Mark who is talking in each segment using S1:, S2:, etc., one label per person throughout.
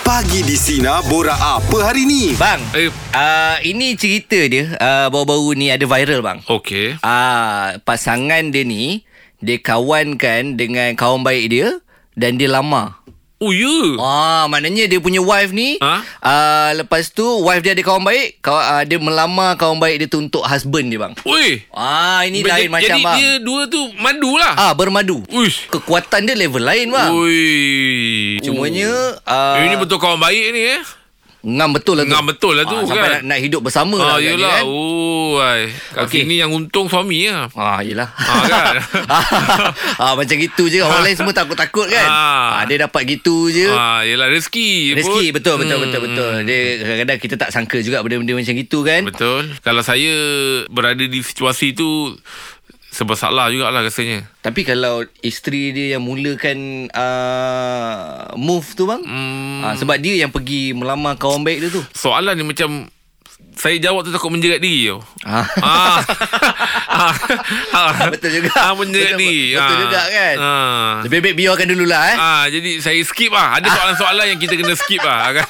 S1: Pagi di Sina Bora apa hari ni?
S2: Bang,
S3: Eh.
S2: uh, ini cerita dia uh, baru-baru ni ada viral bang.
S3: Okey.
S2: Ah, uh, pasangan dia ni dia kawankan dengan kawan baik dia dan dia lama.
S3: Oh ya. Yeah.
S2: Ah, maknanya dia punya wife ni
S3: Ha?
S2: uh, lepas tu wife dia ada kawan baik, kawan, uh, dia melamar kawan baik dia tu untuk husband dia bang.
S3: Weh.
S2: Ah, ini lain
S3: Jadi-
S2: macam
S3: Jadi
S2: bang.
S3: dia dua tu madu lah.
S2: Ah, bermadu.
S3: Uish.
S2: Kekuatan dia level lain bang.
S3: Ui.
S2: Cumanya
S3: Uh,
S2: uh,
S3: ini betul kawan baik ni eh.
S2: ngam betul lah tu.
S3: Ngam betul lah tu,
S2: Ah, sampai
S3: kan?
S2: nak, nak hidup bersama
S3: Ah,
S2: lah agaknya,
S3: yelah. Oh, ai.
S2: Okey.
S3: Kaki ni yang untung suami lah.
S2: Ah, yelah.
S3: Ah, kan?
S2: ah, macam gitu je. Orang lain semua takut-takut kan. Ah.
S3: Ah.
S2: dia dapat gitu je. Ah.
S3: Ah, yelah rezeki.
S2: Rezeki
S3: kot. Hmm,
S2: betul betul betul betul. Dia kadang-kadang kita tak sangka juga benda-benda macam gitu kan.
S3: Betul. Kalau saya berada di situasi tu sebab salah jugalah rasanya.
S2: Tapi kalau isteri dia yang mulakan uh, move tu bang.
S3: Hmm,
S2: Ah, sebab dia yang pergi melamar kawan baik dia tu.
S3: soalan ni macam saya jawab tu takut menjerat diri tau.
S2: Ah.
S3: Ah. Ah. Ah.
S2: Betul juga.
S3: Ah, menjerat
S2: Betul-
S3: diri.
S2: betul
S3: Ah.
S2: juga kan?
S3: Ah.
S2: Lebih baik biarkan dululah eh.
S3: Ah, jadi saya skip ah. Ada soalan-soalan yang kita kena skip ah kan.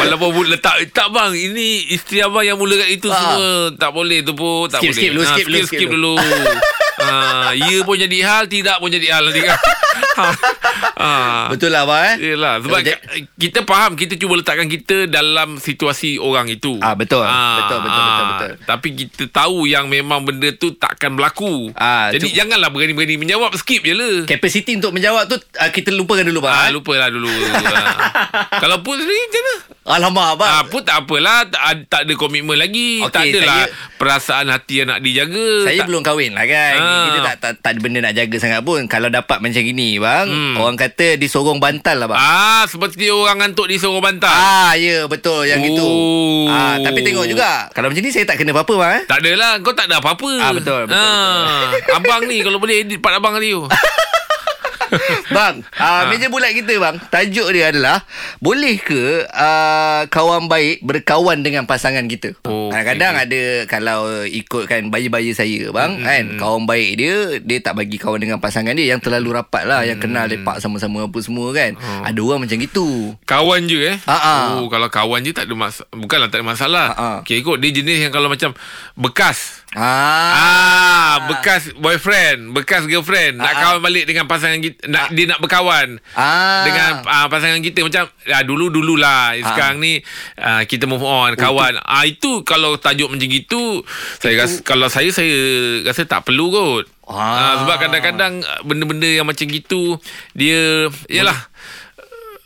S3: Walaupun bu- letak tak bang, ini isteri abang yang mulakan itu
S2: Ah.
S3: semua tak boleh tu pun tak
S2: Skip,
S3: boleh.
S2: skip dulu,
S3: Ah,
S2: skip dulu,
S3: skip,
S2: skip
S3: skip dulu. ah, ya pun jadi hal, tidak pun jadi hal nanti kan. ah.
S2: Betul lah bang eh.
S3: Yelah Sebab
S2: Jadi-
S3: ka- kita faham Kita cuba letakkan kita Dalam situasi orang itu ah,
S2: Ah, betul. Betul, betul, betul, betul.
S3: Tapi kita tahu Yang memang benda tu Takkan berlaku
S2: Ah,
S3: Jadi
S2: cu-
S3: janganlah berani-berani Menjawab skip je lah
S2: Capacity untuk menjawab tu uh, kita lupakan dulu bang.
S3: Ah,
S2: eh.
S3: lupalah dulu ah. Kalau pun sendiri macam mana
S2: Alamak abang.
S3: ah, Pun tak apalah Tak, ad- tak ada komitmen lagi
S2: Okey,
S3: Tak adalah
S2: saya-
S3: Perasaan hati yang nak dijaga
S2: Saya
S3: tak,
S2: belum kahwin lah kan
S3: Ah.
S2: Kita tak, tak, tak ada benda nak jaga sangat pun Kalau dapat macam gini bang Orang kata disorong bantal lah bang
S3: Hmm. Ah, seperti orang ngantuk di Sorong Bantal
S2: Ah, ya betul yang
S3: Oh.
S2: itu ah, Tapi tengok juga Kalau macam ni saya tak kena apa-apa bang eh
S3: Tak adalah Kau tak ada apa-apa
S2: Ah, betul, betul,
S3: ah. Abang ni Kalau boleh edit part abang kali tu
S2: Bang, ah, meja bulat kita bang Tajuk dia adalah Boleh ke ah, kawan baik berkawan dengan pasangan kita
S3: Oh,
S2: Kadang-kadang
S3: okey, Hmm,
S2: ada Kalau ikutkan bayi-bayi saya bang kan Kawan baik dia Dia tak bagi kawan dengan pasangan dia Yang terlalu rapat lah Yang
S3: Hmm.
S2: kenal lepak sama-sama apa semua kan
S3: Oh.
S2: Ada orang macam gitu
S3: Kawan je eh
S2: Ha, ha.
S3: Oh kalau kawan je tak ada masalah Bukanlah tak ada masalah
S2: Ha, ha.
S3: Okey kot Dia jenis yang kalau macam Bekas
S2: Ah,
S3: Ah, bekas boyfriend, bekas girlfriend nak
S2: Ah.
S3: kawan balik dengan pasangan kita, nak dia nak berkawan
S2: Ah.
S3: dengan ah, pasangan kita macam ah, dulu dululah sekarang ni ah, kita move on kawan. Ah itu kalau tajuk macam gitu saya rasa kalau saya saya rasa tak perlu kot.
S2: Ah.
S3: Ah. sebab kadang-kadang ah, benda-benda yang macam gitu dia yalah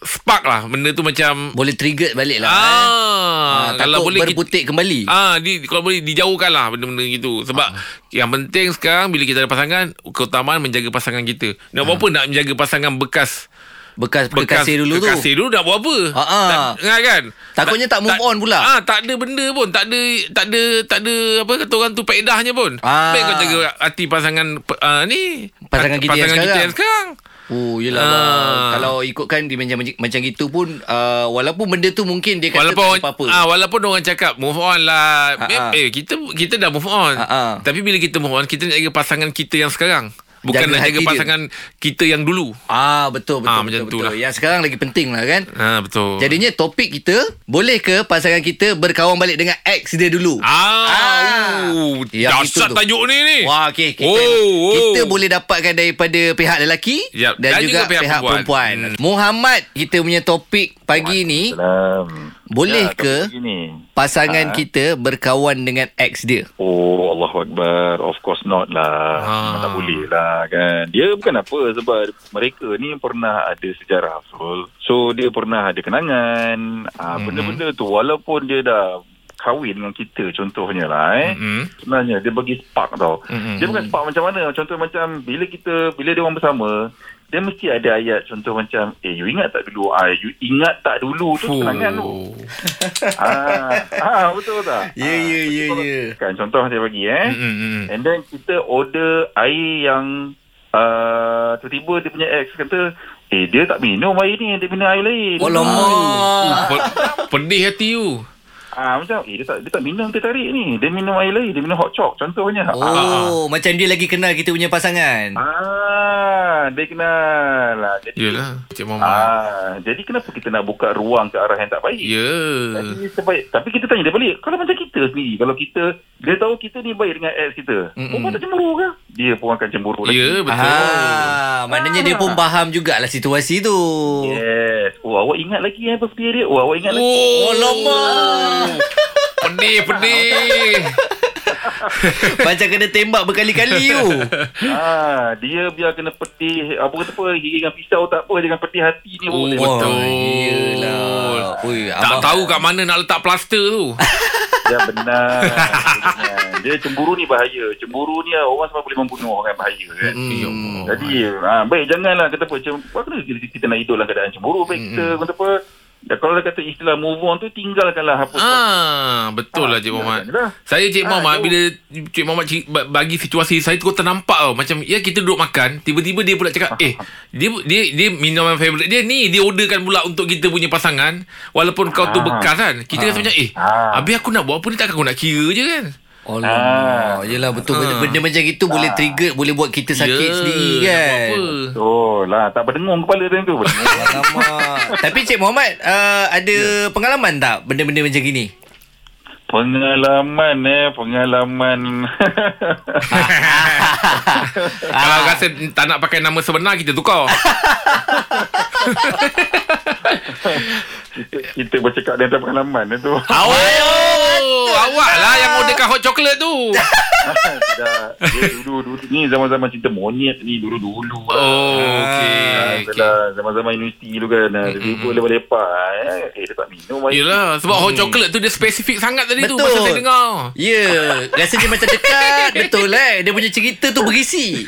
S3: spark lah benda tu macam
S2: boleh trigger balik lah.
S3: ah,
S2: eh. Ah,
S3: kalau
S2: takut
S3: boleh kita-
S2: berputik kembali.
S3: Ah, di, kalau boleh dijauhkan lah benda-benda gitu. Sebab
S2: Ah.
S3: yang penting sekarang bila kita ada pasangan, keutamaan menjaga pasangan kita. Nak buat apa
S2: Ah.
S3: nak menjaga pasangan bekas
S2: bekas
S3: bekas
S2: bekasir dulu tu.
S3: Kekasih dulu nak buat apa?
S2: Ah, ah.
S3: Tak, ingat kan?
S2: Takutnya tak move on pula.
S3: Ah, tak ada benda pun, tak ada tak ada tak ada apa kata orang tu faedahnya pun.
S2: Ah.
S3: Baik kau jaga hati pasangan ah, ni
S2: Pasangan kita yang
S3: pasangan
S2: sekarang.
S3: kita yang sekarang.
S2: Oh, yelah.
S3: Ah.
S2: bang. Kalau ikutkan dia macam macam gitu pun uh, walaupun benda tu mungkin dia kata tak
S3: walaupun
S2: ada apa-apa.
S3: ah walaupun orang cakap move on lah.
S2: Ah,
S3: Eh,
S2: ah.
S3: eh kita kita dah move on.
S2: Ah, ah.
S3: Tapi bila kita move on, kita nak jaga pasangan kita yang sekarang. Bukan
S2: Jaga
S3: nak jaga
S2: hati dia.
S3: pasangan kita yang dulu.
S2: Ah, betul betul betul,
S3: Ah, macam tu
S2: betul.
S3: lah.
S2: Yang sekarang lagi penting lah kan.
S3: Ha betul.
S2: Jadinya topik kita Boleh ke pasangan kita Berkawan balik dengan ex dia dulu
S3: ah,
S2: Ah.
S3: oh,
S2: Yang itu
S3: dahsyat
S2: tu.
S3: tajuk ni ni.
S2: Wah okey kita,
S3: Oh,
S2: kita
S3: oh.
S2: boleh dapatkan daripada pihak lelaki
S3: Yap,
S2: dan, juga, pihak, perempuan.
S3: Hmm.
S2: Muhammad kita punya topik pagi ni
S4: Dalam
S2: Boleh
S4: ya,
S2: ke?
S4: topik Ini.
S2: pasangan kita berkawan dengan ex dia.
S4: Oh Allahu Akbar Of course not lah
S3: Ah.
S4: Memang Tak boleh lah kan Dia bukan apa Sebab mereka ni Pernah ada sejarah Ful. So dia pernah ada kenangan ah, Benda-benda tu Walaupun dia dah Kahwin dengan kita Contohnya lah eh
S3: Mm-mm.
S4: Sebenarnya dia bagi spark tau
S3: Mm-mm.
S4: Dia bukan spark macam mana Contoh macam Bila kita Bila dia orang bersama Dia mesti ada ayat Contoh macam Eh you ingat tak dulu ah, You ingat tak dulu Tu
S3: Fuh.
S4: kenangan tu
S3: Oh.
S4: ah, ah, betul tak?
S2: Ya, ya, ya,
S4: betul.
S2: ya.
S4: Kan, contoh saya bagi eh.
S3: Mm, mm, mm.
S4: And then kita order air yang uh, tiba-tiba dia punya ex kata, eh dia tak minum air ni, dia minum air lain.
S2: Ah. Alamak.
S3: Pe- Pedih hati you
S4: Ah macam eh dia tak dia tak minum teh tarik ni. Dia minum air lain, dia minum hot chalk contohnya.
S3: Ah,
S2: Oh, macam dia lagi kenal kita punya pasangan.
S4: Ah, dia kenal lah. Jadi,
S3: Yelah Cik Muhammad
S4: ah, jadi kenapa kita nak buka ruang ke arah yang tak baik?
S3: Ya
S4: Tapi, sebaik, tapi kita tanya dia balik. Kalau macam kita sendiri, kalau kita, dia tahu kita ni baik dengan ex kita.
S2: Mm-mm.
S4: Mm-mm. Perempuan tak cemburu ke? Dia pun akan cemburu
S3: Ya betul
S2: Ah, maknanya dia pun faham jugalah situasi tu.
S4: Yes. Oh, awak ingat lagi eh birthday dia? Oh, awak ingat lagi?
S2: Oh, lama.
S3: Pedih pedih
S2: Macam kena tembak berkali-kali tu.
S4: Ah, dia biar kena petih, apa kata apa, gigit dengan pisau tak apa, dengan petih hati ni.
S3: Oh,
S4: boleh.
S3: betul.
S2: Wah, Iyalah. Ui,
S3: Tak
S2: abang-
S3: tahu kan? kat mana nak letak plaster tu
S4: Ya benar. Benar. dia cemburu ni bahaya. Cemburu ni ah, orang sampai boleh membunuh orang bahaya kan.
S2: Mm.
S3: Ya Allah.
S4: Jadi ha, baik janganlah kata apa cem, apa kena kita, kita nak hidup dalam keadaan cemburu baik kita
S3: Hmm.
S4: kata apa dan kalau dia kata istilah move on tu tinggalkanlah apa
S3: Ah, betul lah
S4: Ah,
S3: Cik
S4: benar,
S3: Muhammad.
S4: benar.
S3: Saya Cik
S4: Ah,
S3: Muhammad
S4: itu.
S3: bila Cik Muhammad ci- ba- bagi situasi saya terus ternampak tau. Macam ya kita duduk makan, tiba-tiba dia pula cakap, "Eh, dia dia dia minuman favourite dia ni, dia orderkan pula untuk kita punya pasangan walaupun kau tu
S4: Ah.
S3: bekas kan." Kita rasa macam, "Eh,
S4: Ah.
S3: habis aku nak buat apa ni takkan aku nak kira je kan?" Ah.
S2: Alamak. Yelah betul benda, benda macam itu boleh trigger, boleh buat kita sakit
S3: Ya,
S2: sendiri
S3: nak buat
S2: kan.
S3: apa?
S4: Oh lah tak berdengung kepala dia tu. Berdengung.
S2: Alamak. Tapi Cik Muhammad uh, ada
S3: Ya.
S2: pengalaman tak benda-benda macam gini?
S4: pengalaman eh pengalaman.
S3: Kalau rasa tak nak pakai nama sebenar kita tukar.
S4: kita, kita bercakap dengan tentang pengalaman dia tu.
S3: Awak awak lah yang orderkan hot chocolate tu.
S4: Tidak. Dia dulu dulu ni zaman-zaman cerita monyet ni dulu-dulu.
S3: Oh, okey.
S4: Ah,
S3: okey.
S4: Adalah zaman-zaman universiti dulu kan ah, Dia duduk lepak-lepak eh. Eh dia tak minum air.
S3: Yelah sebab hot chocolate tu dia spesifik sangat tadi tu
S2: Betul.
S3: masa saya dengar.
S2: Ya, yeah, rasanya macam dekat. Betul eh. Dia punya cerita tu berisi.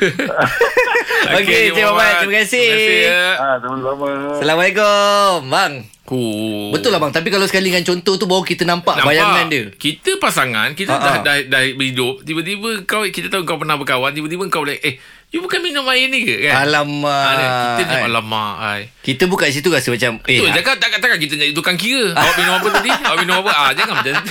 S2: Okey, Cik Muhammad, terima kasih.
S3: ya.
S4: Ah, sama-sama.
S2: Assalamualaikum, bang.
S3: Oh.
S2: Betul lah bang, tapi kalau sekali dengan contoh tu baru kita nampak,
S3: Nampak?
S2: nampak. bayangan dia.
S3: Kita pasangan, kita
S2: Ha,
S3: dah,
S2: ha.
S3: dah, dah, hidup. Tiba-tiba kau, kita tahu kau pernah berkawan. Tiba-tiba kau boleh, eh, you bukan minum air ni ke kan?
S2: Alamak.
S3: Ha, kan? kita tengok,
S2: Kan?
S3: alamak. Ay.
S2: Kita buka situ rasa macam eh,
S3: tu, jangan tak katakan kita jadi tukang kira. Awak minum apa tadi? Awak minum apa? Ah, jangan macam tu.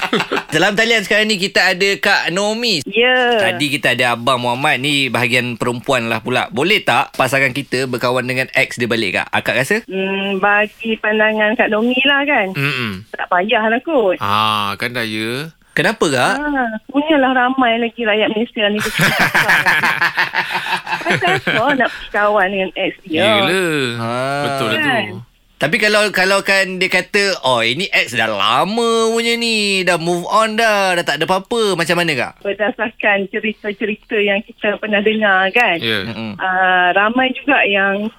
S2: Dalam talian sekarang ni kita ada Kak Nomi.
S5: Ya.
S2: Tadi kita ada Abang Muhammad ni bahagian perempuan lah pula. Boleh tak pasangan kita berkawan dengan ex dia balik Kak? Akak rasa?
S5: Hmm, bagi pandangan Kak Nomi lah kan.
S3: Mm-mm.
S5: Tak payahlah kot.
S3: Ah, kan dah ya.
S2: Kenapa Kak?
S5: Ah, punyalah ramai lagi rakyat Malaysia ni Macam kau nak pergi kawan dengan ex dia
S3: Yelah.
S2: Ha.
S3: Betul lah tu.
S5: Kan?
S2: Tapi kalau kalau kan dia kata, oh ini ex dah lama punya ni. Dah move on dah. Dah tak ada apa-apa. Macam mana Kak?
S5: Berdasarkan cerita-cerita yang kita pernah dengar kan
S3: Ya.
S2: Mm-mm.
S5: ah, Ramai juga yang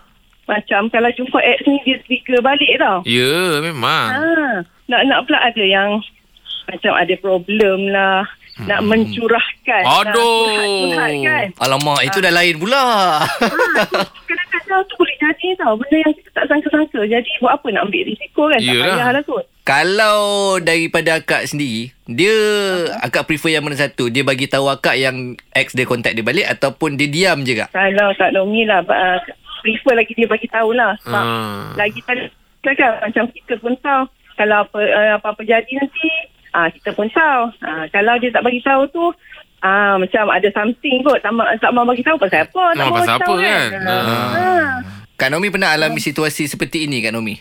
S5: Macam kalau jumpa ex ni dia trigger balik tau
S3: Ya, memang.
S5: Ah, nak-nak pula ada yang Macam ada problem lah Nak mencurahkan nak
S3: Aduh.
S5: curhat-curhat kan
S2: Alamak, itu dah lain pula.
S5: Kadang-kadang tu boleh jadi tau Benda yang kita tak sangka-sangka Jadi buat apa nak ambil risiko kan Tak
S3: Yelah.
S5: payahlah kot
S2: Kalau daripada akak sendiri, dia akak prefer yang mana satu? Dia bagi tahu akak yang ex dia contact dia balik ataupun dia diam je Kak?
S5: Kalau tak longi lah uh, Prefer lagi dia bagi tahulah Sebab
S3: Ah.
S5: lagi tadi kita kan Macam kita pun tahu Kalau apa, uh, apa-apa jadi nanti uh, Kita pun tahu uh, Kalau dia tak bagi tahu tu Ah macam ada something kot tak ma- tak mau bagi tahu pasal apa
S3: Ah,
S5: tak mau
S3: pasal
S5: bagi tahu
S3: apa kan?
S5: Ah.
S2: Kak Nomi pernah alami
S5: Hmm.
S2: situasi seperti ini Kak Nomi?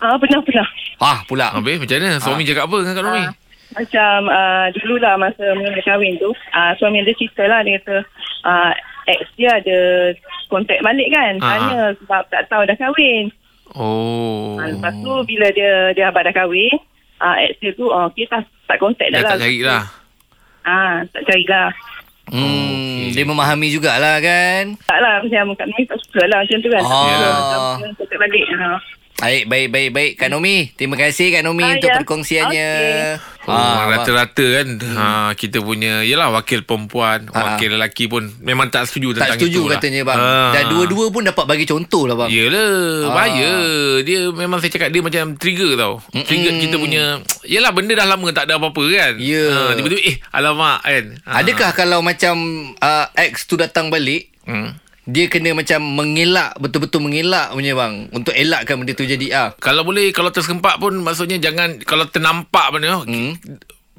S5: ah pernah pernah
S2: Ah pula.
S3: Habis macam mana? Suami cakap apa dengan Kak Nomi?
S5: Ah, macam uh, dululah masa mula kahwin tu uh, suami dia cerita lah dia kata uh, ex dia ada kontak balik kan
S3: Ah.
S5: tanya sebab tak tahu dah kahwin
S3: Oh.
S5: Ah, lepas tu bila dia dia abang dah kahwin, ah ex dia tu oh, okay, tak, tak contact
S3: Dah
S5: dah,
S3: tak
S5: lah.
S3: cari lah.
S5: Ah, tak cari lah.
S2: Hmm, okay. dia memahami jugalah kan?
S5: Tak lah macam Kak Nomi tak suka lah macam tu kan.
S2: Ah.
S5: Ah. Contact balik. Ha.
S2: Baik, baik, baik, baik. Kak Nomi, terima kasih Kak Nomi
S5: Ah,
S2: untuk
S5: ya.
S2: perkongsiannya. Ah,
S3: Oh, rata-rata kan ha, kita punya Yelah wakil perempuan
S2: Hmm. Ah,
S3: Wakil lelaki pun Memang tak setuju
S2: tak
S3: tentang
S2: setuju
S3: itulah.
S2: katanya bang.
S3: Ah. Ya.
S2: Dan dua-dua pun dapat bagi contoh lah bang.
S3: Yelah
S2: Ah.
S3: Bahaya Dia memang saya cakap Dia macam trigger tau Trigger kita punya Yelah benda dah lama Tak ada apa-apa kan
S2: Ya.
S3: Ah, Tiba-tiba eh Alamak kan Ah.
S2: Adakah kalau macam uh, ex tu datang balik,
S3: hmm.
S2: dia kena macam mengelak betul-betul mengelak punya bang untuk elakkan benda tu jadi ah.
S3: Kalau boleh Kalau tersekempak pun Maksudnya jangan Kalau ternampak pun hmm.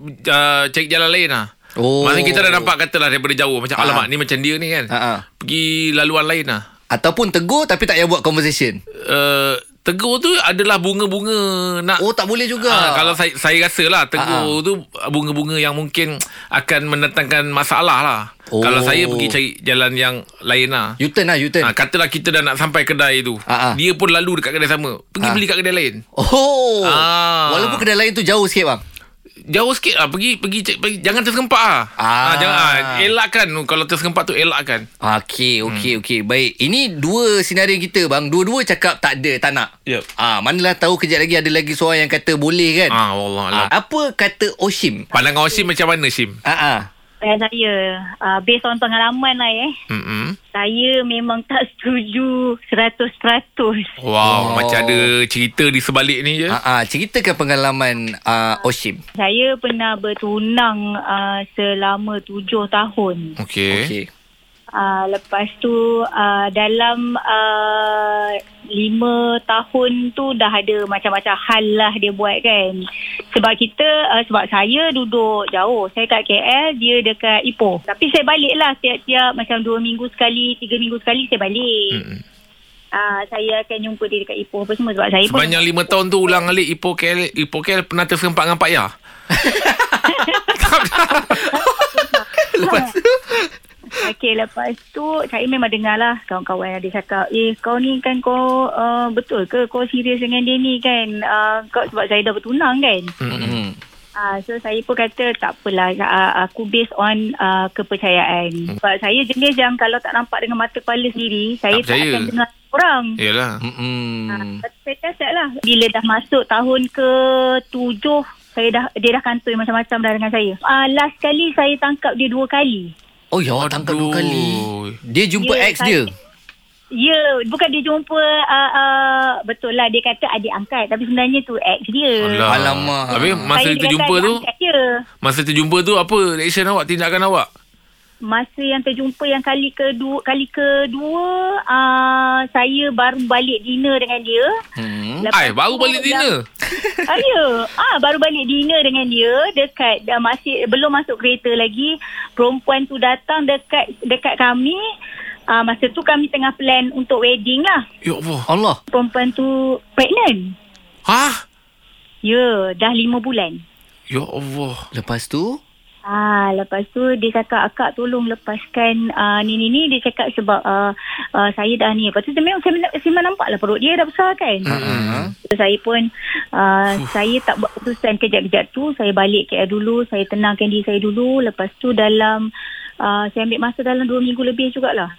S3: uh, Cari jalan lain lah
S2: Oh.
S3: Maksudnya kita dah nampak katalah daripada jauh Macam
S2: Ah.
S3: alamak ni macam dia ni kan
S2: Ah, ah.
S3: Pergi laluan lain lah
S2: Ataupun tegur tapi tak payah buat conversation.
S3: uh, Tegur tu adalah bunga-bunga Nak
S2: Oh tak boleh juga.
S3: Ah, kalau saya saya rasa lah tegur
S2: Ah,
S3: tu bunga-bunga yang mungkin akan mendatangkan masalah lah.
S2: Oh.
S3: Oh. Kalau saya pergi cari jalan yang lain lah.
S2: U-turn lah U-turn.
S3: Ah, katalah kita dah nak sampai kedai tu.
S2: Ah, ah.
S3: Dia pun lalu dekat kedai sama.
S2: Ah.
S3: Pergi beli kat kedai lain.
S2: Oh.
S3: Ah.
S2: Walaupun kedai lain tu jauh sikit bang.
S3: Jauh sikit lah pergi pergi cek pergi jangan tersempak lah.
S2: Ah.
S3: Ah, jangan ah, elakkan kalau tersempak tu elakkan.
S2: Okey, okey, hmm. okey. Baik. Ini dua senario kita bang. Dua-dua cakap tak ada, tak nak.
S3: Yep.
S2: Ah, manalah tahu kejap lagi ada lagi seorang yang kata boleh kan?
S3: Ah wallah
S2: Ah,
S3: lah.
S2: apa kata Oshim?
S3: Pandangan Osim macam mana Sim?
S2: Ah ah.
S5: Saya Eh, saya uh, based on pengalaman lah eh.
S3: Mm-mm.
S5: Saya memang tak setuju 100%.
S2: Oh.
S3: Wow, macam ada cerita di sebalik ni je.
S2: Ah ah, ceritakan pengalaman ah, Oshim.
S5: Saya pernah bertunang uh, selama tujuh tahun.
S3: Okey. Okay.
S2: Okey.
S5: Uh, lepas tu uh, dalam uh, lima tahun tu dah ada macam-macam hal lah dia buat kan. Sebab kita, uh, sebab saya duduk jauh. Saya kat KL, dia dekat Ipoh. Tapi saya balik lah tiap-tiap macam dua minggu sekali, tiga minggu sekali saya balik.
S3: Mm-mm.
S5: Uh, saya akan jumpa dia dekat Ipoh apa semua sebab saya pun...
S3: Sepanjang lima tahun tu ulang alik Ipoh KL, Ipoh KL pernah tersempak dengan Pak Ya.
S2: Lepas
S5: Okey lepas tu saya memang dengar lah kawan-kawan yang dia cakap eh kau ni kan kau uh, betul ke kau serius dengan dia ni kan uh, kau sebab saya dah bertunang kan
S2: Hmm.
S5: uh, so saya pun kata tak apalah uh, aku based on uh, kepercayaan sebab saya jenis yang kalau tak nampak dengan mata kepala sendiri saya tak,
S3: percaya.
S5: akan dengar orang
S3: Yalah.
S2: Hmm.
S5: Ah, saya test lah bila dah masuk tahun ke tujuh saya dah dia dah kantoi macam-macam dah dengan saya uh, last kali saya tangkap dia dua kali
S2: Oh ya, tangkap dua
S3: Aduh.
S2: kali. Dia jumpa
S5: Ya,
S2: ex dia.
S5: Ya, bukan dia jumpa uh, uh, betul lah dia kata adik angkat tapi sebenarnya tu ex dia.
S3: Alah.
S2: Alamak.
S3: Habis masa
S5: Saya
S3: itu
S5: dikatakan
S3: jumpa
S5: adik
S3: tu,
S5: angkat Dia.
S3: masa tu jumpa tu apa reaction awak, tindakan awak?
S5: Masa yang terjumpa yang kali kedua kali kedua uh, saya baru balik dinner dengan dia.
S2: Hmm.
S5: Lepas
S3: Ai, Eh, baru
S5: tu
S3: balik
S5: yang-
S3: dinner.
S5: Ah, ya. Ah, baru balik dinner dengan dia dekat dah masih belum masuk kereta lagi. Perempuan tu datang dekat dekat kami. Ah, masa tu kami tengah plan untuk wedding lah.
S3: Ya Allah.
S2: Allah.
S5: Perempuan tu pregnant.
S3: Ha?
S5: Ya, dah lima bulan.
S3: Ya Allah.
S2: Lepas tu
S5: Ah, lepas tu dia cakap akak tolong lepaskan uh, ni ni ni dia cakap sebab uh, uh, saya dah ni. Lepas tu dia memang saya, saya memang nampak lah perut dia dah besar kan.
S3: Ah.
S2: Hmm.
S5: So, saya pun uh, saya tak buat keputusan kejap-kejap tu saya balik KL dulu saya tenangkan diri saya dulu lepas tu dalam uh, saya ambil masa dalam 2 minggu lebih jugalah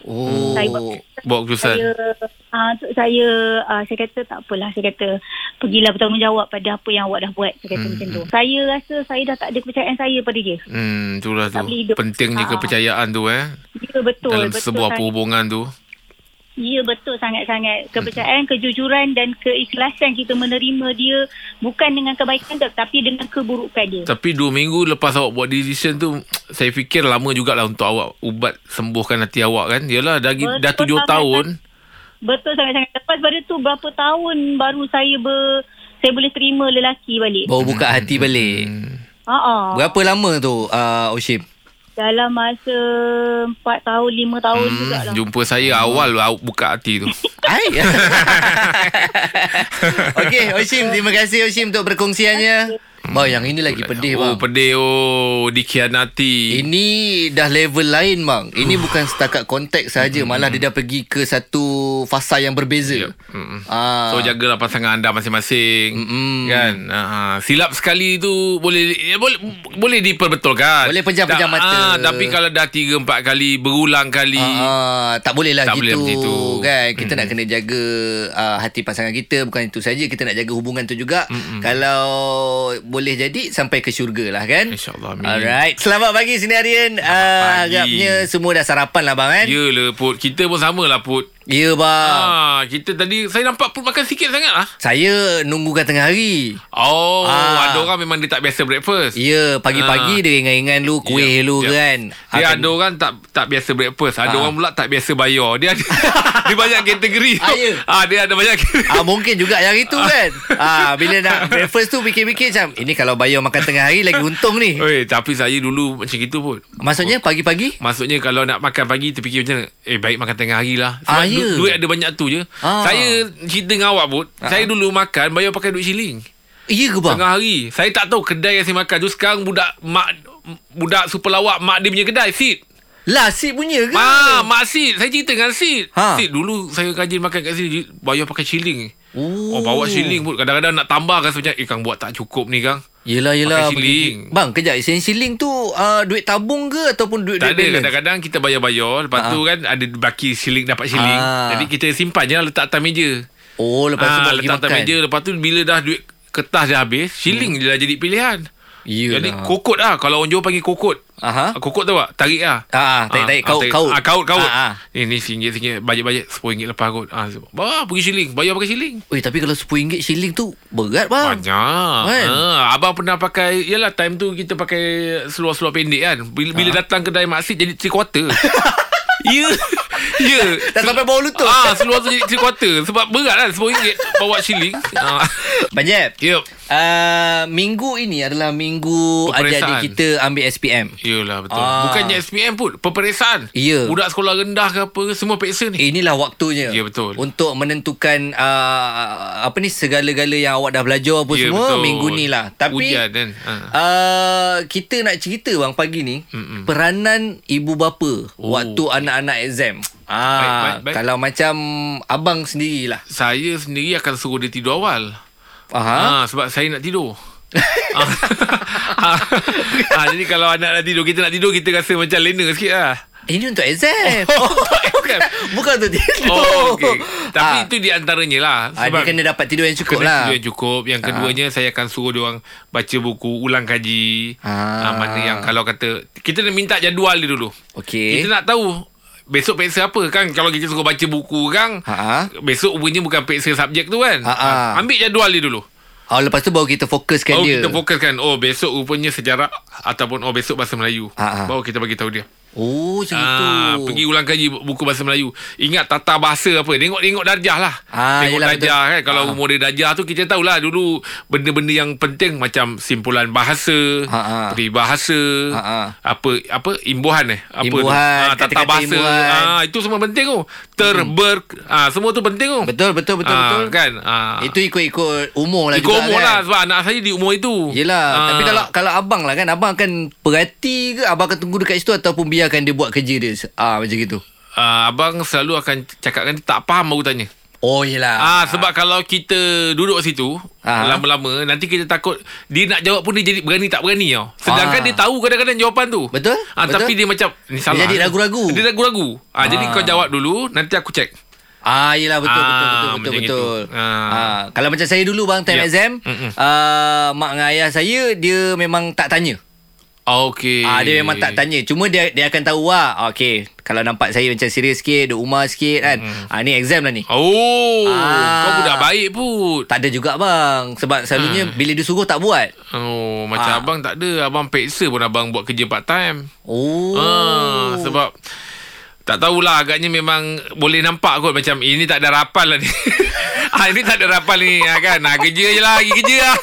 S2: Oh.
S5: Saya
S3: Bawa keputusan.
S5: saya uh, saya uh, saya kata tak apalah saya kata pergilah bertanggungjawab pada apa yang awak dah buat saya kata hmm. macam tu saya rasa saya dah tak ada kepercayaan saya pada dia
S3: Hmm, itulah tu.
S5: Tak boleh hidup.
S3: Pentingnya
S5: Ah.
S3: kepercayaan tu eh.
S5: ya betul
S3: Dalam
S5: betul
S3: sebuah
S5: sangat.
S3: perhubungan tu.
S5: Ya betul sangat-sangat kepercayaan, kejujuran dan keikhlasan kita menerima dia bukan dengan kebaikan tapi dengan keburukan dia.
S3: Tapi dua minggu lepas awak buat decision tu Saya fikir lama jugalah untuk awak Ubat sembuhkan hati awak kan Yalah dah, gi- dah
S5: Betul
S3: tujuh
S5: sangat,
S3: tahun
S5: Betul sangat-sangat. Lepas pada tu berapa tahun baru saya ber saya boleh terima lelaki balik.
S2: Baru buka
S3: Hmm.
S2: hati balik.
S5: Ha
S2: Berapa lama tu uh, Oshim?
S5: Dalam masa 4 tahun, 5 tahun hmm,
S3: hmm,
S5: jugalah.
S3: Jumpa saya awal awak buka hati tu
S2: Hai. Okey, Oshim terima kasih Oshim untuk berkongsiannya. Bah, yang ini lagi pedih
S3: Hmm. Oh
S2: bang.
S3: pedih oh Dikhianati
S2: Ini dah level lain bang. Ini bukan setakat konteks saja, malah dia dah pergi ke satu fasa yang berbeza.
S3: Yep. Mm-mm.
S2: Ah.
S3: Ya. So jagalah pasangan anda masing-masing
S2: Mm-mm.
S3: kan. Uh, silap sekali tu boleh ya, boleh boleh diperbetulkan.
S2: Boleh pejam-pejam
S3: Tak-
S2: mata.
S3: ah, tapi kalau dah 3 4 kali berulang kali
S2: Ah, ah, tak boleh lah
S3: Tak
S2: gitu,
S3: boleh begitu.
S2: kan kita nak kena jaga uh, hati pasangan kita bukan itu saja kita nak jaga hubungan tu juga mm kalau boleh jadi sampai ke syurga lah kan
S3: Insyaallah, amin.
S2: alright selamat pagi sinarian uh,
S3: pagi.
S2: agaknya semua dah sarapan lah bang kan
S3: Yelah Put Kita pun sama lah Put
S2: Ya bang.
S3: Ah, kita tadi saya nampak perut makan sikit sangat lah.
S2: Saya nunggukan tengah hari.
S3: Oh,
S2: Ah.
S3: ada orang memang dia tak biasa breakfast.
S2: Ya, pagi-pagi
S3: Ah.
S2: dia ringan-ringan lu, kuih
S3: Ya,
S2: lu
S3: ya.
S2: kan.
S3: Dia
S2: Akan-
S3: ada orang tak tak biasa breakfast, ada
S2: Ah.
S3: orang pula tak biasa bayar. Dia ada dia banyak kategori.
S2: Ah, ya.
S3: Ah, dia ada banyak kategori.
S2: Ah mungkin juga yang itu kan. Ah bila nak breakfast tu fikir-fikir macam ini kalau bayar makan tengah hari lagi untung ni.
S3: Oi, tapi saya dulu macam gitu pun.
S2: Maksudnya pagi-pagi?
S3: Maksudnya kalau nak makan pagi Terfikir macam mana Eh baik makan tengah hari lah Sebab
S2: Ah, ya.
S3: du- duit ada banyak tu je
S2: Ah.
S3: Saya cerita dengan awak pun Saya dulu makan Bayar pakai duit siling
S2: Ya ke bang?
S3: Tengah hari Saya tak tahu kedai yang saya makan tu Sekarang budak mak Budak super lawak Mak dia punya kedai Sid
S2: Lah sip punya ke?
S3: Ma, Mak Sid Saya cerita dengan Sid
S2: Ha.
S3: Sid dulu saya rajin makan kat sini Bayar pakai siling
S2: Ooh.
S3: Oh bawa siling pun Kadang-kadang nak tambah kan Macam eh kang buat tak cukup ni kang
S2: Yelah yelah
S3: Pakai siling.
S2: pergi- Bang kejap Sen siling tu uh, Duit tabung ke Ataupun duit
S3: Tak
S2: duit
S3: ada
S2: balance?
S3: kadang-kadang kita bayar-bayar Lepas
S2: Ah.
S3: tu kan ada baki siling dapat siling
S2: Ah.
S3: Jadi kita simpan je lah letak atas meja
S2: Oh lepas tu
S3: ah,
S2: baru pergi
S3: Letak atas
S2: makan Hmm.
S3: meja Lepas tu bila dah duit kertas dah habis Siling je lah jadi pilihan
S2: Yelah.
S3: Jadi kokot lah Kalau orang Johor panggil kokot Ah,
S2: Aha.
S3: Kokot tahu tak? Tarik lah
S2: Ah, ah, tarik-tarik, kaut,
S3: tarik.
S2: kaut.
S3: ah, Kaut kaut
S2: Ah, ah.
S3: Ni ni RM1 Bajet-bajet RM10 lepas kot ah, Bawa pergi siling Bayar pakai siling
S2: Ui, tapi kalau RM10 siling tu Berat bang
S3: Banyak
S2: Kan?
S3: ha, Abang pernah pakai Yelah time tu kita pakai Seluar-seluar pendek kan
S2: Ah.
S3: Bila, bila datang kedai maksid Jadi 3 quarter Ya Ya
S2: Dah sampai bawah lutut
S3: Ah, seluar tu jadi 3 quarter Sebab berat kan RM10 Bawa shilling ah.
S2: Banyak
S3: Yup
S2: uh, Minggu ini adalah minggu
S3: Peperiksaan.
S2: Adik-adik kita ambil SPM
S3: Yelah betul
S2: Ah.
S3: Bukannya SPM pun Peperiksaan
S2: Ya. Eh,
S3: Budak sekolah rendah ke apa ke, Semua peksa ni
S2: Inilah waktunya
S3: Ya, betul.
S2: Untuk menentukan uh, Apa ni Segala-gala yang awak dah belajar Apa
S3: Ya,
S2: semua
S3: betul.
S2: Minggu ni lah Tapi
S3: Ujian kan? Ha.
S2: uh, Kita nak cerita bang pagi ni Mm-mm. Peranan ibu bapa oh.
S3: Oh.
S2: Waktu anak-anak exam Ah,
S3: Baik, baik, baik.
S2: Kalau macam Abang sendirilah
S3: Saya sendiri akan suruh dia tidur awal
S2: Aha.
S3: ha? Sebab saya nak tidur ah. ah, jadi kalau anak nak tidur Kita nak tidur Kita rasa macam lena sikit lah
S2: Ini untuk exam
S3: Bukan
S2: Bukan untuk tidur
S3: Oh, okay. Tapi
S2: Ah.
S3: itu di antaranya lah.
S2: Ah, dia kena dapat tidur yang cukup
S3: kena
S2: lah.
S3: tidur yang cukup. Yang keduanya saya akan suruh dia orang baca buku, ulang kaji.
S2: Ah.
S3: Ah. mana yang kalau kata kita nak minta jadual dia dulu.
S2: Okey.
S3: Kita nak tahu besok peksa apa kan kalau kita suruh baca buku kan.
S2: Ha.
S3: Besok punya bukan peksa subjek tu kan.
S2: Ha, ha.
S3: Ah, Ambil jadual dia dulu.
S2: Oh, lepas tu baru kita fokuskan
S3: Baru
S2: dia.
S3: kita fokuskan oh besok rupanya sejarah ataupun oh besok bahasa Melayu.
S2: Ha, ha.
S3: Baru kita bagi tahu dia.
S2: oh, macam itu.
S3: Ah, pergi ulang kaji bu- buku bahasa Melayu. Ingat tata bahasa apa. Tengok-tengok darjah lah.
S2: Ah,
S3: tengok
S2: yelah,
S3: darjah
S2: betul.
S3: kan. Kalau
S2: Ah.
S3: umur dia darjah tu kita tahulah dulu benda-benda yang penting macam simpulan bahasa,
S2: Ah, ah.
S3: peribahasa,
S2: Ah, ah.
S3: apa apa imbuhan eh. Apa
S2: Imbuhan,
S3: tu? Ah, tata
S2: kata-kata
S3: bahasa.
S2: imbuhan.
S3: Ah, itu semua penting tu. Terber ah, semua tu penting tu.
S2: Betul, betul, betul,
S3: Ah,
S2: betul.
S3: Kan? Ah.
S2: Itu ikut-ikut umur lah
S3: Ikut
S2: juga
S3: umur
S2: kan.
S3: lah sebab anak saya di umur itu.
S2: Yelah
S3: Ah.
S2: Tapi kalau kalau abang lah kan Abang akan perhati ke Abang akan tunggu dekat situ Ataupun biarkan dia buat kerja dia Ah Macam gitu
S3: ah, abang selalu akan cakap dengan dia tak faham baru tanya.
S2: Oh yelah
S3: Ah, sebab kalau kita duduk situ
S2: Ah.
S3: lama-lama nanti kita takut dia nak jawab pun dia jadi berani tak berani tau. Sedangkan
S2: Ah.
S3: dia tahu kadang-kadang jawapan tu.
S2: Betul,
S3: Ah,
S2: betul.
S3: tapi dia macam ni salah.
S2: jadi ragu-ragu.
S3: Dia ragu-ragu. Ah, jadi
S2: Ah.
S3: kau jawab dulu nanti aku cek.
S2: Ah yelah betul betul
S3: Ah,
S2: betul betul
S3: macam
S2: betul.
S3: gitu. Ah.
S2: Ah kalau macam saya dulu bang time
S3: Ya.
S2: exam
S3: Mm-mm.
S2: ah mak dengan ayah saya dia memang tak tanya.
S3: Ah, okey.
S2: Ah dia memang tak tanya. Cuma dia dia akan tahu lah ah, okey kalau nampak saya macam serius sikit, duk umar sikit kan. Ah ni exam lah ni.
S3: Oh,
S2: Ah.
S3: kau budak baik pun.
S2: Tak ada juga bang Sebab selalunya
S3: Mm.
S2: Bila disuruh tak buat
S3: Oh, macam
S2: Ah.
S3: abang tak ada. Abang peksa pun abang buat kerja part time.
S2: Oh
S3: Ah, sebab tak tahulah agaknya memang boleh nampak kot macam ini tak ada rapal lah ni. ah, ini tak ada rapal ni ah, kan. Ah, kerja je lah, pergi kerja lah.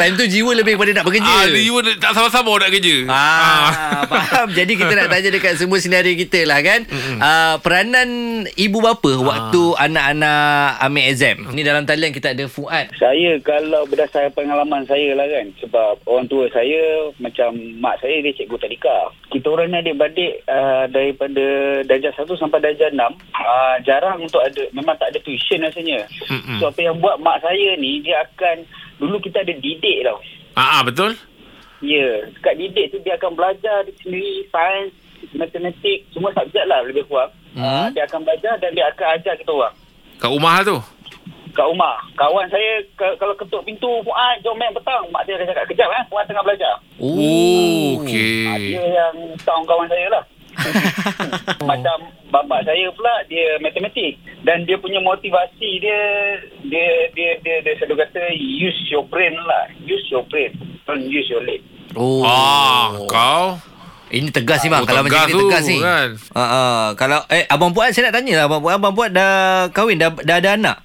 S2: Time tu jiwa lebih kepada nak bekerja
S3: ah, you tak sama-sama nak kerja.
S2: Ah, faham. Jadi kita nak tanya dekat semua sinari kita lah kan. Ah, peranan ibu
S3: Ah.
S2: bapa waktu anak-anak ambil exam. Ni dalam talian kita ada Fuad.
S6: Saya kalau berdasarkan pengalaman saya lah kan Sebab orang tua saya Macam mak saya dia cikgu tadika Kita orang ni adik-beradik uh, Daripada darjah 1 sampai darjah 6 uh, Jarang untuk ada Memang tak ada tuition rasanya
S3: Mm-mm.
S6: So apa yang buat mak saya ni Dia akan Dulu kita ada didik tau
S3: Ah, ah, betul?
S6: Ya yeah. Dekat didik tu dia akan belajar dia sendiri Sains, matematik Semua subjek lah lebih kurang uh, Dia akan belajar dan dia akan ajar kita orang
S3: Kat rumah lah tu.
S6: Kat rumah Kawan saya ke- Kalau ketuk pintu Fuad jom main petang Mak saya dah cakap Kejap eh Fuad tengah belajar
S3: Oh, okey.
S6: Dia yang Tahun kawan saya lah Macam bapa saya pula dia matematik dan dia punya motivasi dia dia dia dia, dia selalu kata use your brain lah. Use your brain. Don't use your leg.
S2: Oh.
S3: Ah, kau.
S2: Ini tegas ni bang.
S3: Oh,
S2: kalau macam
S3: tegas
S2: ni
S3: tu,
S2: tegas ni.
S3: kan.
S2: Ha ah, kalau eh abang puan saya nak tanyalah abang puan. Abang puan dah kahwin dah dah ada anak.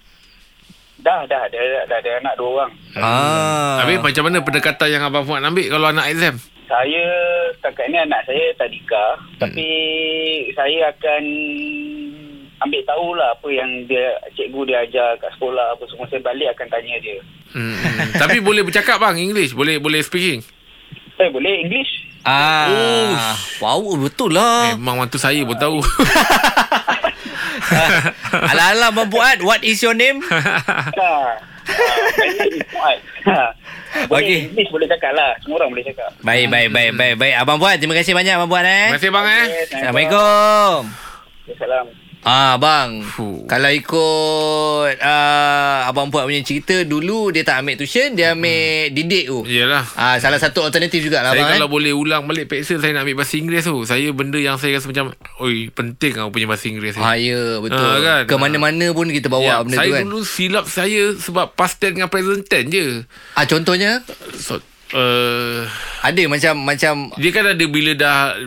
S6: Dah dah dah dah, dah, dah anak dua orang.
S2: Ah.
S3: Habis macam mana pendekatan yang Abang Fuad nak ambil kalau anak exam?
S6: Saya setakat ni anak saya tadika hmm. tapi saya akan ambil tahulah apa yang dia cikgu dia ajar kat sekolah apa semua saya balik akan tanya dia.
S3: Hmm. Tapi boleh bercakap bang English, boleh boleh speaking.
S6: Saya Eh, boleh English?
S2: Ah. Wow, betul lah.
S3: Eh, Memang waktu saya pun tahu.
S2: Alah-alah abang puan, what is your name?
S6: Ha. Ha. Boleh
S2: Okey.
S6: English boleh cakap lah. Semua orang boleh cakap.
S2: Baik, baik, baik, baik, baik. Abang puan, terima kasih banyak abang puan eh.
S3: Terima kasih bang eh.
S2: Assalamualaikum.
S6: Assalamualaikum.
S2: Ah bang,
S3: Fuh.
S2: kalau ikut uh, abang puan punya cerita dulu dia tak ambil tuition, dia ambil didik tu.
S3: Yelah.
S2: Ah salah satu alternatif jugalah
S3: Ya. Saya
S2: abang.
S3: kalau
S2: eh.
S3: boleh ulang balik peksa saya nak ambil bahasa Inggeris tu. Saya benda yang saya rasa macam, oi penting aku punya bahasa Inggeris ni.
S2: Ha ya betul.
S3: Ah, kan? Ya,
S2: Ke mana-mana pun kita bawa benda tu
S3: saya
S2: kan.
S3: dulu silap saya sebab past tense dengan present tense je.
S2: Ah contohnya
S3: So, uh,
S2: ada macam macam
S3: dia kan ada bila dah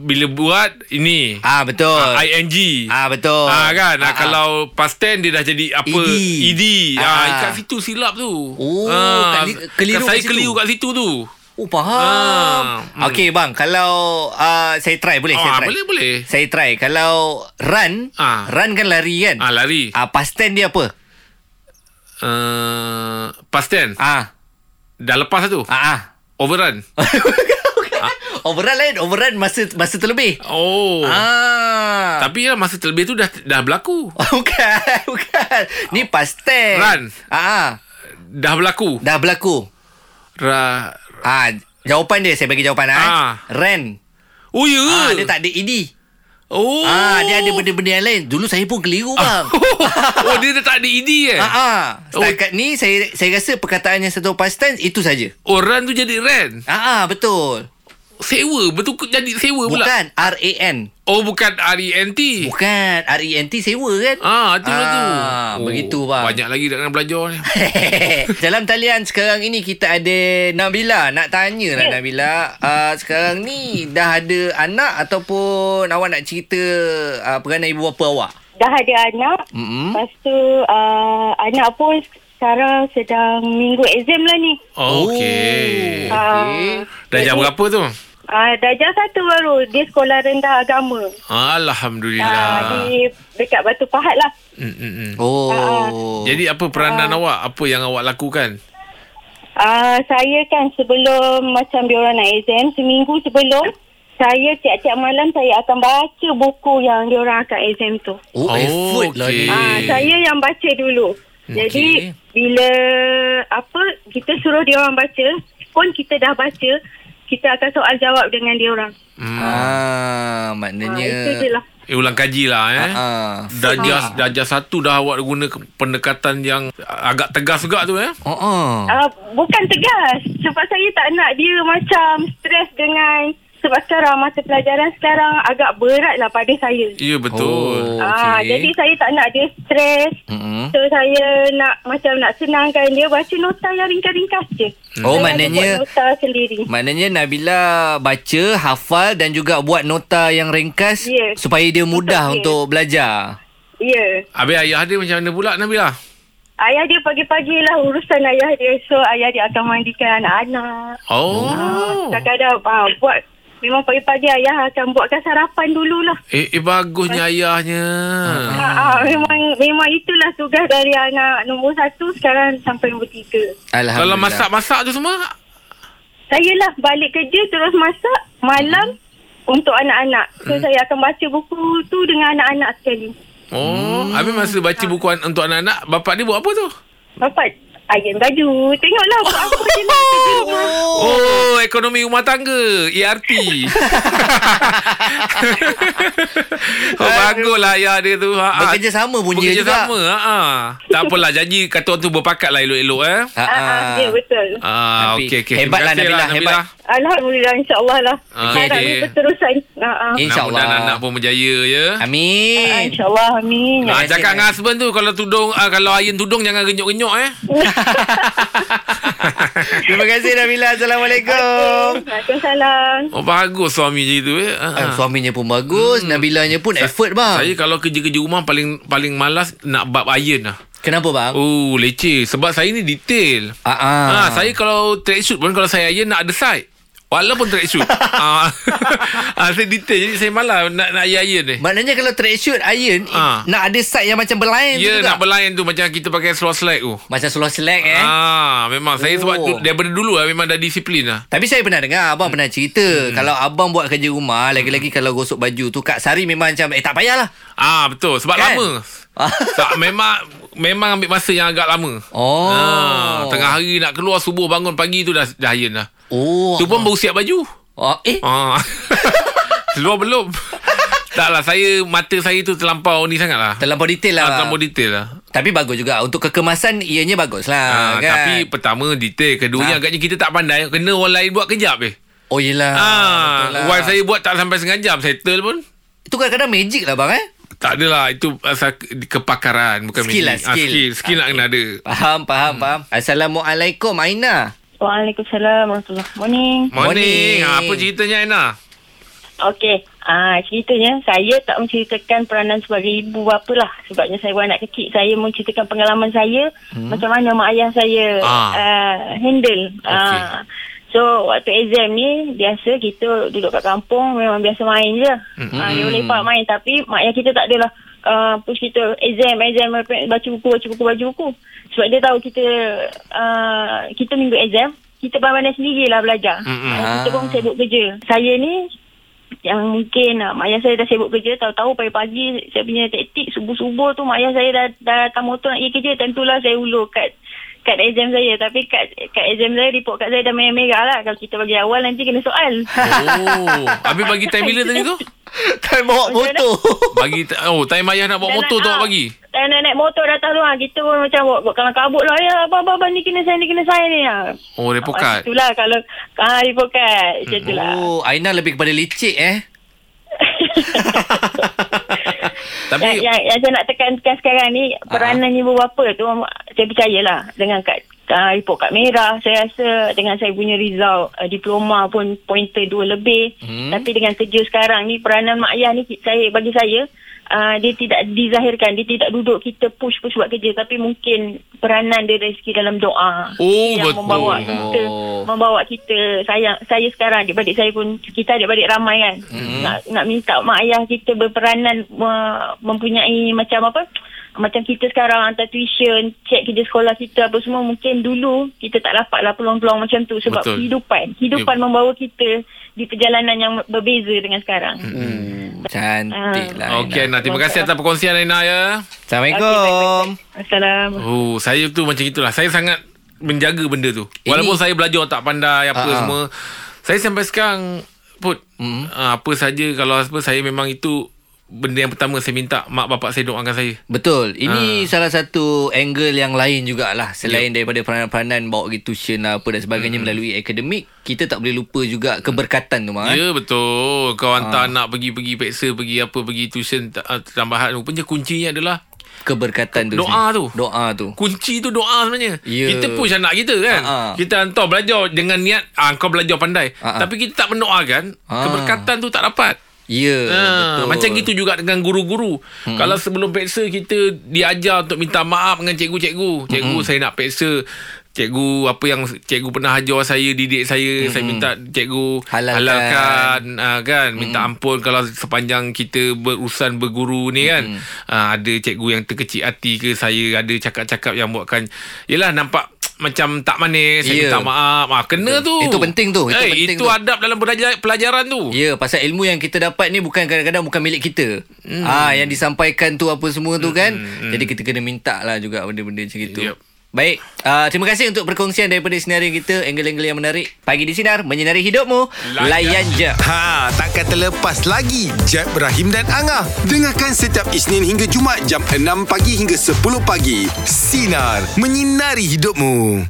S3: bila buat ini
S2: ah betul.
S3: uh, ing.
S2: Ah betul.
S3: Ah kan
S2: Ah,
S3: ah,
S2: ah.
S3: kalau past tense dia dah jadi apa
S2: ED.
S3: ED. Ah,
S2: Ah, ah.
S3: kat situ silap tu.
S2: Oh, kat- keliru
S3: kat saya
S2: kat situ.
S3: keliru kat situ tu.
S2: Oh faham.
S3: Ah, hmm.
S2: Okey bang, kalau uh, saya try boleh saya
S3: Ah,
S2: try.
S3: boleh boleh.
S2: Saya try kalau run,
S3: Ah.
S2: run kan lari kan?
S3: Ah lari.
S2: Ah past tense dia apa?
S3: Uh, past tense.
S2: Ah
S3: Dah lepas tu.
S2: ah ah.
S3: Overrun.
S2: Overrun lain Overrun masa masa terlebih
S3: Oh.
S2: Ah
S3: Tapi lah masa terlebih tu dah dah berlaku.
S2: Bukan Bukan Ni past tense
S3: Run.
S2: ah, ah.
S3: Dah berlaku.
S2: Dah berlaku
S3: Ra
S2: ah, Jawapan dia Saya bagi jawapan ah.
S3: Ah.
S2: Ran
S3: Oh ya.
S2: ah, Dia tak ada ED
S3: Oh.
S2: ah, Dia ada benda-benda yang lain Dulu saya pun keliru bang
S3: Ah. oh dia dah tak ada ED eh.
S2: ah, ah. Setakat ni saya saya rasa perkataan yang satu past tense Itu saja
S3: Oh run tu jadi ran.
S2: ah, ah, Betul
S3: Sewa betul ke jadi sewa pula.
S2: Bukan R-A-N
S3: Oh bukan RENT.
S2: Bukan R-E-N-T sewa kan
S3: Ah, tu lah tu. Oh,
S2: Begitu bang
S3: Banyak lagi nak kena belajar ni.
S2: Dalam talian sekarang ini kita ada Nabila. Nak tanya
S5: Ya.
S2: lah Nabila. Uh, sekarang ni dah ada anak ataupun awak nak cerita uh, perangai ibu bapa awak?
S5: Dah ada anak.
S2: Mm-mm.
S5: Lepas tu uh, anak pun sekarang sedang minggu exam lah ni.
S3: Oh, Okey.
S2: Oh, okey.
S3: Dah
S2: Oh.
S3: jam berapa tu?
S5: Uh, darjah satu baru. Dia sekolah rendah agama.
S3: Alhamdulillah.
S5: Uh, di dekat Batu Pahat lah.
S3: Mm, mm, mm.
S5: Ah,
S2: Oh.
S3: Jadi apa peranan awak? Apa yang awak lakukan?
S5: Uh, saya kan sebelum macam diorang nak exam, seminggu sebelum, saya tiap-tiap malam saya akan baca buku yang diorang akan exam tu.
S2: Oh,
S3: Oh,
S2: effort lah
S3: okey.
S2: ni.
S5: Ah, saya yang baca dulu. Jadi bila apa kita suruh dia orang baca, pun kita dah baca, kita akan soal jawab dengan dia orang.
S2: Ah,
S5: Ah,
S2: maknanya.
S5: itu je lah.
S3: Eh ulang kaji lah eh.
S2: Ah.
S3: Darjah darjah satu dah awak guna ke- pendekatan yang agak tegas juga tu eh.
S2: Oh, oh.
S5: Uh, bukan tegas sebab saya tak nak dia macam stres dengan sebab sekarang mata pelajaran sekarang agak berat lah pada saya.
S3: Ya betul.
S2: Oh,
S5: Ah,
S2: okey.
S5: jadi saya tak nak dia stres.
S2: Mm-mm.
S5: So saya nak macam nak senangkan dia baca nota yang ringkas-ringkas je.
S2: Oh,
S5: Saya ada
S2: maknanya-
S5: buat nota sendiri.
S2: Maknanya Nabila baca, hafal dan juga buat nota yang ringkas
S5: Ya.
S2: supaya dia mudah
S5: Betul, ya.
S2: untuk belajar.
S5: Ya. Yeah.
S3: Habis ayah dia macam mana pula Nabila?
S5: Ayah dia pagi-pagi lah urusan ayah dia. So ayah dia akan mandikan anak-anak.
S3: Oh.
S5: Kadang-kadang ah, buat memang pagi-pagi ayah akan buatkan sarapan dululah.
S3: Eh, eh bagusnya ayahnya.
S5: Ah, ah, memang memang itulah tugas dari anak nombor satu sekarang sampai nombor tiga.
S2: Alhamdulillah.
S3: Kalau masak-masak tu semua
S5: Saya lah balik kerja terus masak malam untuk anak-anak. So
S3: Hmm.
S5: saya akan baca buku tu dengan anak-anak sekali.
S3: Oh, hmm. habis masa baca buku an- untuk anak-anak, bapak dia buat apa tu?
S5: Bapak
S7: iron baju. Tengoklah buat
S3: Ah,
S7: apa dia nak kerja rumah.
S3: Oh, ekonomi rumah tangga, E ERP. oh, baguslah ayah dia tu. Ha, ha.
S2: Bekerjasama pun dia juga.
S3: Bekerjasama, ha, ha. Tak apalah, janji kata orang tu berpakat lah elok-elok eh.
S2: Ha,
S7: Ah, ah, ya betul.
S3: Ah,
S2: Tapi
S3: okey okey.
S2: hebatlah,
S3: Terima kasih
S2: Nabilah, hebat.
S7: Alhamdulillah insyaAllah lah.
S3: Ah,
S7: Harap
S3: okey.
S7: ni berterusan. Ha ah.
S2: InsyaAllah.
S3: Mudah-mudahan anak pun berjaya ya.
S7: Ah,
S2: Amin.
S7: InsyaAllah amin.
S3: Ah,
S2: Terima kasih,
S3: cakap dengan husband tu kalau tudung ah, kalau ayun tudung jangan renyuk-renyuk eh.
S2: Terima kasih Nabila. Assalamualaikum.
S7: Waalaikumsalam.
S3: Oh bagus suami je tu eh. Ah,
S2: Ah,
S3: ah.
S2: suaminya pun bagus, Nabilanya pun effort bang.
S3: Saya kalau kerja-kerja rumah paling paling malas nak bab iron lah.
S2: Kenapa bang?
S3: Oh leceh sebab saya ni detail.
S2: Ah, ah.
S3: Ah, saya kalau tracksuit pun kalau saya iron nak ada side. Walaupun tracksuit. ah. ah, saya detail jadi saya malas nak nak iron ni.
S2: Maknanya kalau tracksuit iron
S3: Ah.
S2: Nak ada side yang macam berlain tu
S3: Ya
S2: juga.
S3: nak berlain tu macam kita pakai slow slack tu.
S2: Macam slow slack eh
S3: Ah, memang saya sebab
S2: Oh.
S3: tu daripada dulu lah memang dah disiplin lah.
S2: Tapi saya pernah dengar Abang
S3: Hmm.
S2: pernah cerita Kalau abang buat kerja rumah Lagi-lagi kalau gosok baju tu Kak Sari memang macam Eh tak payahlah
S3: Ah, betul sebab
S2: Kan?
S3: kan? lama. tak, memang memang ambil masa yang agak lama.
S2: Oh.
S3: Ah, tengah hari nak keluar subuh bangun pagi tu dah dah iron dah.
S2: Oh
S3: Tu pun baru siap baju.
S2: oh, Eh
S3: Ah. Keluar belum? Taklah saya mata saya tu terlampau ni sangat lah.
S2: Terlampau detail lah
S3: Ah,
S2: bang.
S3: terlampau detail lah.
S2: Tapi bagus juga Untuk kekemasan Ianya bagus lah
S3: Ah,
S2: kan?
S3: Tapi pertama detail Keduanya
S2: Ah.
S3: agaknya kita tak pandai Kena orang lain buat kejap eh
S2: Oh yelah
S3: ah,
S2: betul lah.
S3: Wife saya buat tak sampai setengah jam Settle pun
S2: Itu kadang-kadang magic lah bang eh
S3: Tak adalah Itu pasal ke- kepakaran Bukan
S2: Skill lah,
S3: magic. Ah,
S2: skill.
S3: skill Skill nak kena ada
S2: Faham faham hmm. faham Assalamualaikum Aina
S5: Waalaikumsalam warahmatullahi Morning.
S2: Morning.
S3: Morning, Ah, Apa ceritanya Aina?
S5: Okey, ah ceritanya saya tak menceritakan peranan sebagai ibu apalah sebabnya saya buat anak kecil. Saya menceritakan pengalaman saya hmm. macam mana mak ayah saya
S3: Ah.
S5: ah. uh, handle. Okay.
S3: Okey.
S5: Ah. So waktu exam ni biasa kita duduk kat kampung memang biasa main je. Hmm. Ah dia boleh pak main tapi mak ayah kita tak adalah Uh, push kita exam exam baca buku baca buku baca buku sebab dia tahu kita uh, kita minggu exam kita pandai sendirilah belajar
S3: Mm-mm.
S5: Ah,
S2: Ah.
S5: kita pun sibuk kerja saya ni yang mungkin ah, mak ayah saya dah sibuk kerja tahu-tahu pagi-pagi saya punya taktik subuh-subuh tu mak ayah saya dah dah datang motor nak pergi kerja tentulah saya ulur kat kat exam saya tapi kat kat exam saya report kat saya dah merah-merah lah kalau kita bagi awal nanti kena soal
S3: Oh Habis bagi time bila tadi tu?
S2: Time bawa motor
S3: Bagi ta- Oh time ayah nak bawa motor tu awak bagi
S5: Dan nak naik motor datang tu ha, Kita pun macam buat, buat kalang kabut lah Ya abang-abang ni kena saya ni kena saya ni ha.
S3: Oh repokat
S5: Itulah kalau ah, Repokat Macam tu lah
S2: Oh Aina lebih kepada licik eh
S5: yang,
S3: Tapi
S5: yang, yang saya nak tekan-tekan sekarang ni peranan ibu bapa tu saya percayalah dengan kat uh, report kat merah saya rasa dengan saya punya result uh, diploma pun pointer dua lebih
S2: Hmm.
S5: hmm. tapi dengan kerja sekarang ni peranan mak ayah ni ki- saya bagi saya uh, dia tidak dizahirkan dia tidak duduk kita push-push buat kerja tapi mungkin peranan dia rezeki dalam doa
S3: Oh,
S5: yang
S3: betul.
S5: membawa kita
S2: Oh.
S5: membawa kita saya saya sekarang adik-beradik saya pun kita adik-beradik ramai kan
S2: Hmm.
S5: nak nak minta mak ayah kita berperanan uh, mempunyai macam apa macam kita sekarang hantar tuition cek kerja sekolah kita apa semua mungkin dulu kita tak dapatlah peluang-peluang macam tu sebab
S3: Betul.
S5: Betul. kehidupan kehidupan
S3: Ya.
S5: membawa kita di perjalanan yang berbeza dengan sekarang
S2: hmm. Cantik
S5: Ah.
S2: lah Aina.
S3: Okey Aina Terima kasih atas perkongsian Aina ya
S2: Assalamualaikum
S5: Assalamualaikum
S3: Oh saya tu macam itulah Saya sangat menjaga benda tu
S2: Ini-
S3: Walaupun saya belajar tak pandai
S2: Ah,
S3: Apa
S2: ah.
S3: semua Saya sampai sekarang Put
S2: Hmm.
S3: ah, Apa saja Kalau apa saya memang itu Benda yang pertama saya minta Mak bapak saya doakan saya
S2: Betul.
S3: Ah.
S2: Ini ha. salah satu angle yang lain jugalah. Selain yep. daripada peranan-peranan bawa pergi tuition lah apa dan sebagainya hmm. melalui akademik, kita tak boleh lupa juga keberkatan tu, Mak. eh. Ha.
S3: Ya betul Kau hantar anak pergi-pergi peksa Pergi apa Pergi tuition ta- ah, Tambahan Rupanya kuncinya adalah
S2: Keberkatan tu.
S3: Doa
S2: sendiri.
S3: tu.
S2: Doa tu.
S3: Kunci tu doa sebenarnya
S2: Ya.
S3: Kita push anak kita kan
S2: Ha, ha.
S3: Kita hantar belajar Dengan niat ah, Kau belajar pandai
S2: Ha, ha.
S3: Tapi kita tak mendoakan
S2: Ha.
S3: Keberkatan tu tak dapat
S2: Ya,
S3: Ha,
S2: betul.
S3: macam gitu juga dengan guru-guru. Hmm. Kalau sebelum peksa kita diajar untuk minta maaf dengan cikgu-cikgu. Cikgu hmm. saya nak peksa. Cikgu apa yang cikgu pernah ajar saya didik saya hmm. saya minta cikgu
S2: Halalkan. Hmm.
S3: halalkan ah, kan minta ampun kalau sepanjang kita berurusan berguru ni kan
S2: Hmm.
S3: Ah, ada cikgu yang terkecil hati ke saya ada cakap-cakap yang buatkan yelah nampak macam tak
S2: Ya.
S3: manis saya minta maaf ah kena
S2: Betul.
S3: tu
S2: Itu penting tu, itu
S3: eh,
S2: penting
S3: itu
S2: tu.
S3: adab dalam pelajar- pelajaran tu
S2: Ya, pasal ilmu yang kita dapat ni bukan kadang-kadang bukan milik kita.
S3: hmm.
S2: Hmm. Ah, yang disampaikan tu apa semua tu kan. Hmm. Jadi kita kena minta lah juga benda-benda macam itu.
S3: Yep.
S2: Baik, uh, terima kasih untuk perkongsian daripada sinari kita, angle-angle yang menarik. Pagi di sinar, menyinari hidupmu. Layan, Layan je.
S1: Ha, takkan terlepas lagi Jeb Ibrahim dan Angah. Dengarkan setiap Isnin hingga Jumaat jam 6 pagi hingga 10 pagi. Sinar, menyinari hidupmu.